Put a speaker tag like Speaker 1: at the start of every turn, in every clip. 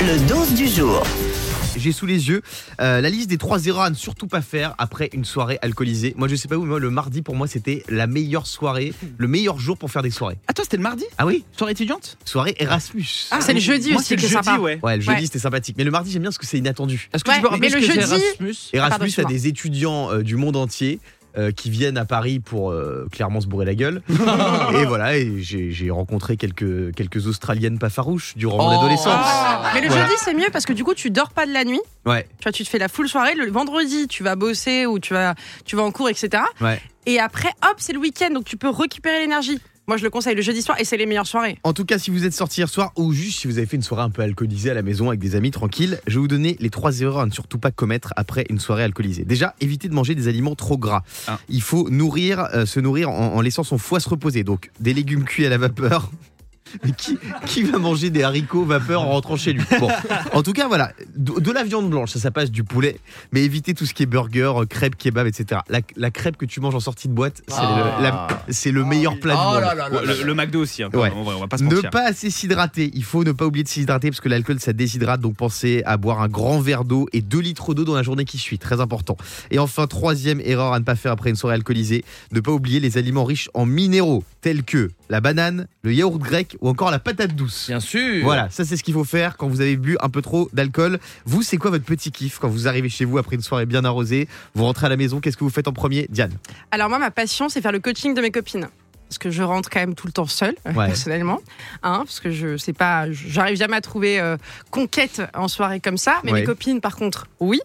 Speaker 1: Le 12 du jour.
Speaker 2: J'ai sous les yeux euh, la liste des trois erreurs à ne surtout pas faire après une soirée alcoolisée. Moi, je sais pas où, mais moi, le mardi, pour moi, c'était la meilleure soirée, le meilleur jour pour faire des soirées.
Speaker 3: Ah, toi, c'était le mardi
Speaker 2: Ah oui
Speaker 3: Soirée étudiante
Speaker 2: Soirée Erasmus.
Speaker 3: Ah,
Speaker 4: C'est le jeudi
Speaker 3: Moi,
Speaker 4: aussi
Speaker 3: c'est
Speaker 4: qui
Speaker 3: le
Speaker 4: est
Speaker 3: jeudi,
Speaker 4: sympa.
Speaker 3: ouais. Ah,
Speaker 2: Ouais, le jeudi,
Speaker 4: Ouais.
Speaker 2: c'était sympathique. Mais le mardi, j'aime bien parce que c'est inattendu.
Speaker 3: Est-ce que
Speaker 4: Ouais,
Speaker 3: tu peux rappeler
Speaker 4: mais
Speaker 3: ce
Speaker 4: le
Speaker 3: que c'est
Speaker 4: jeudi- ah,
Speaker 3: Erasmus
Speaker 2: Erasmus,
Speaker 4: excuse-moi.
Speaker 2: t'as des étudiants euh, du monde entier. euh, qui viennent à Paris pour euh, clairement se bourrer la gueule. et voilà, et j'ai j'ai rencontré quelques, quelques Australiennes pas farouches durant mon
Speaker 3: Oh.
Speaker 2: adolescence.
Speaker 3: Ah.
Speaker 4: Mais le
Speaker 2: Voilà.
Speaker 4: jeudi, c'est mieux parce que du coup, tu dors pas de la nuit.
Speaker 2: Ouais,
Speaker 4: Tu vois, tu te fais la full soirée. Le vendredi, tu vas bosser ou tu vas, tu vas en cours, etc.
Speaker 2: ouais.
Speaker 4: Et après, hop, c'est le week-end, donc tu peux récupérer l'énergie. Moi, je le conseille le jeudi soir et c'est les meilleures soirées.
Speaker 2: En tout cas, si vous êtes sorti hier soir ou juste si vous avez fait une soirée un peu alcoolisée à la maison avec des amis tranquilles, je vais vous donner les trois erreurs à ne surtout pas commettre après une soirée alcoolisée. Déjà, évitez de manger des aliments trop gras.
Speaker 3: Ah.
Speaker 2: Il faut nourrir, euh, se nourrir en, en laissant son foie se reposer. Donc, des légumes cuits à la vapeur. Mais qui, qui va manger des haricots vapeur en rentrant chez lui Bon, en tout cas, voilà, de, de la viande blanche, ça, ça passe du poulet, mais évitez tout ce qui est burger, euh, crêpes, kebab, etc. La, la crêpe que tu manges en sortie de boîte, c'est
Speaker 3: Ah. Oh
Speaker 2: le, la- c'est le meilleur plat
Speaker 5: Oh
Speaker 2: du monde.
Speaker 3: Ouais, le, le McDo aussi, hein, quand
Speaker 2: Ouais.
Speaker 3: même, on, va, on va pas se
Speaker 2: Ne
Speaker 3: mentir.
Speaker 2: pas assez s'hydrater. Il faut ne pas oublier de s'hydrater parce que l'alcool ça déshydrate. Donc pensez à boire un grand verre d'eau et 2 litres d'eau dans la journée qui suit. Très important. Et enfin, troisième erreur à ne pas faire après une soirée alcoolisée ne pas oublier les aliments riches en minéraux tels que la banane, le yaourt grec ou encore la patate douce.
Speaker 5: Bien sûr.
Speaker 2: Voilà, ça c'est ce qu'il faut faire quand vous avez bu un peu trop d'alcool. Vous, c'est quoi votre petit kiff quand vous arrivez chez vous après une soirée bien arrosée Vous rentrez à la maison, qu'est-ce que vous faites en premier Diane
Speaker 4: Alors moi, ma passion, c'est faire le coaching de mes copines. Parce que je rentre quand même tout le temps seule, euh,
Speaker 2: Ouais.
Speaker 4: personnellement. Hein, parce que je sais pas, j'arrive jamais à trouver euh, conquête en soirée comme ça. Mais
Speaker 2: Ouais.
Speaker 4: mes copines, par contre, oui.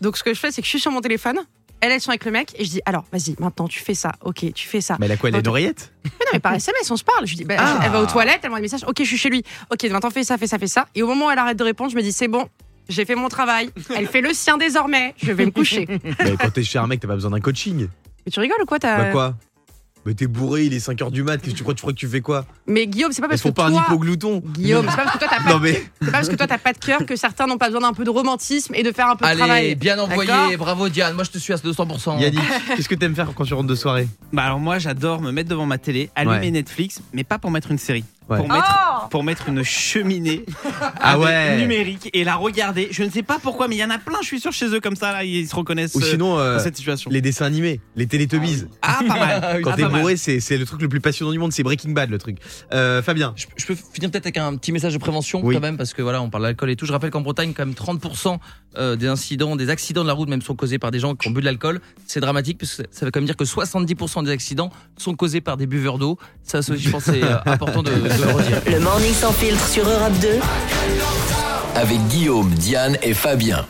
Speaker 4: Donc ce que je fais, c'est que je suis sur mon téléphone. Elles, elles sont avec le mec. Et je dis, alors, vas-y, maintenant, tu fais ça. Ok, tu fais ça.
Speaker 2: Mais elle a quoi Elle a une
Speaker 4: Attends.
Speaker 2: oreillette
Speaker 4: Mais non, mais par SMS, on se parle. Je lui dis, bah,
Speaker 2: Ah.
Speaker 4: elle va aux toilettes, elle m'envoie des messages. Ok, je suis chez lui. Ok, maintenant, fais ça, fais ça, fais ça. Et au moment où elle arrête de répondre, je me dis, c'est bon. J'ai fait mon travail. Elle fait le sien désormais. Je vais me coucher.
Speaker 2: Mais quand t'es chez un mec, t'as pas besoin d'un coaching.
Speaker 4: Mais tu rigoles ou quoi, t'as-
Speaker 2: Bah quoi Mais t'es bourré, il est 5h du mat, qu'est-ce que tu crois, tu crois que tu fais quoi
Speaker 4: Mais Guillaume, c'est pas
Speaker 2: Elles
Speaker 4: parce que
Speaker 2: font pas
Speaker 4: toi...
Speaker 2: un hypoglouton
Speaker 4: Guillaume, c'est pas parce que toi t'as pas,
Speaker 2: Non mais
Speaker 4: c'est pas parce que toi t'as pas de cœur que certains n'ont pas besoin d'un peu de romantisme et de faire un peu de
Speaker 5: Allez,
Speaker 4: travail.
Speaker 5: bien
Speaker 4: D'accord
Speaker 5: envoyé. Bravo Diane. Moi, je te suis à 200%.
Speaker 2: Yannick, qu'est-ce que t'aimes faire quand tu rentres de soirée
Speaker 3: Bah alors moi j'adore me mettre devant ma télé, allumer
Speaker 2: Ouais.
Speaker 3: Netflix, mais pas pour mettre une série.
Speaker 2: Ouais.
Speaker 3: Pour, mettre, pour mettre une cheminée
Speaker 2: Ah ouais.
Speaker 3: numérique et la regarder. Je ne sais pas pourquoi, mais il y en a plein, je suis sûr, chez eux comme ça, là, ils se reconnaissent
Speaker 2: Ou
Speaker 3: euh,
Speaker 2: sinon euh,
Speaker 3: dans cette situation.
Speaker 2: les dessins animés, les télétobies.
Speaker 3: Ah pas mal.
Speaker 5: Ah oui.
Speaker 2: Quand
Speaker 3: Ah,
Speaker 2: t'es
Speaker 3: pas mal.
Speaker 2: bourré, c'est c'est le truc le plus passionnant du monde, c'est Breaking Bad le truc. Euh, Fabien,
Speaker 5: Je, je peux finir peut-être avec un petit message de prévention
Speaker 2: Oui.
Speaker 5: quand même parce que voilà on parle d'alcool et tout. Je rappelle qu'en Bretagne quand même 30% euh, des incidents, des accidents de la route même sont causés par des gens qui ont bu de l'alcool. C'est dramatique parce que ça veut quand même dire que 70% des accidents sont causés par des buveurs d'eau. Ça, ça, je pense c'est euh, important de, de le redire.
Speaker 1: Le morning sans filtre sur Europe 2.
Speaker 6: avec Guillaume, Diane et Fabien.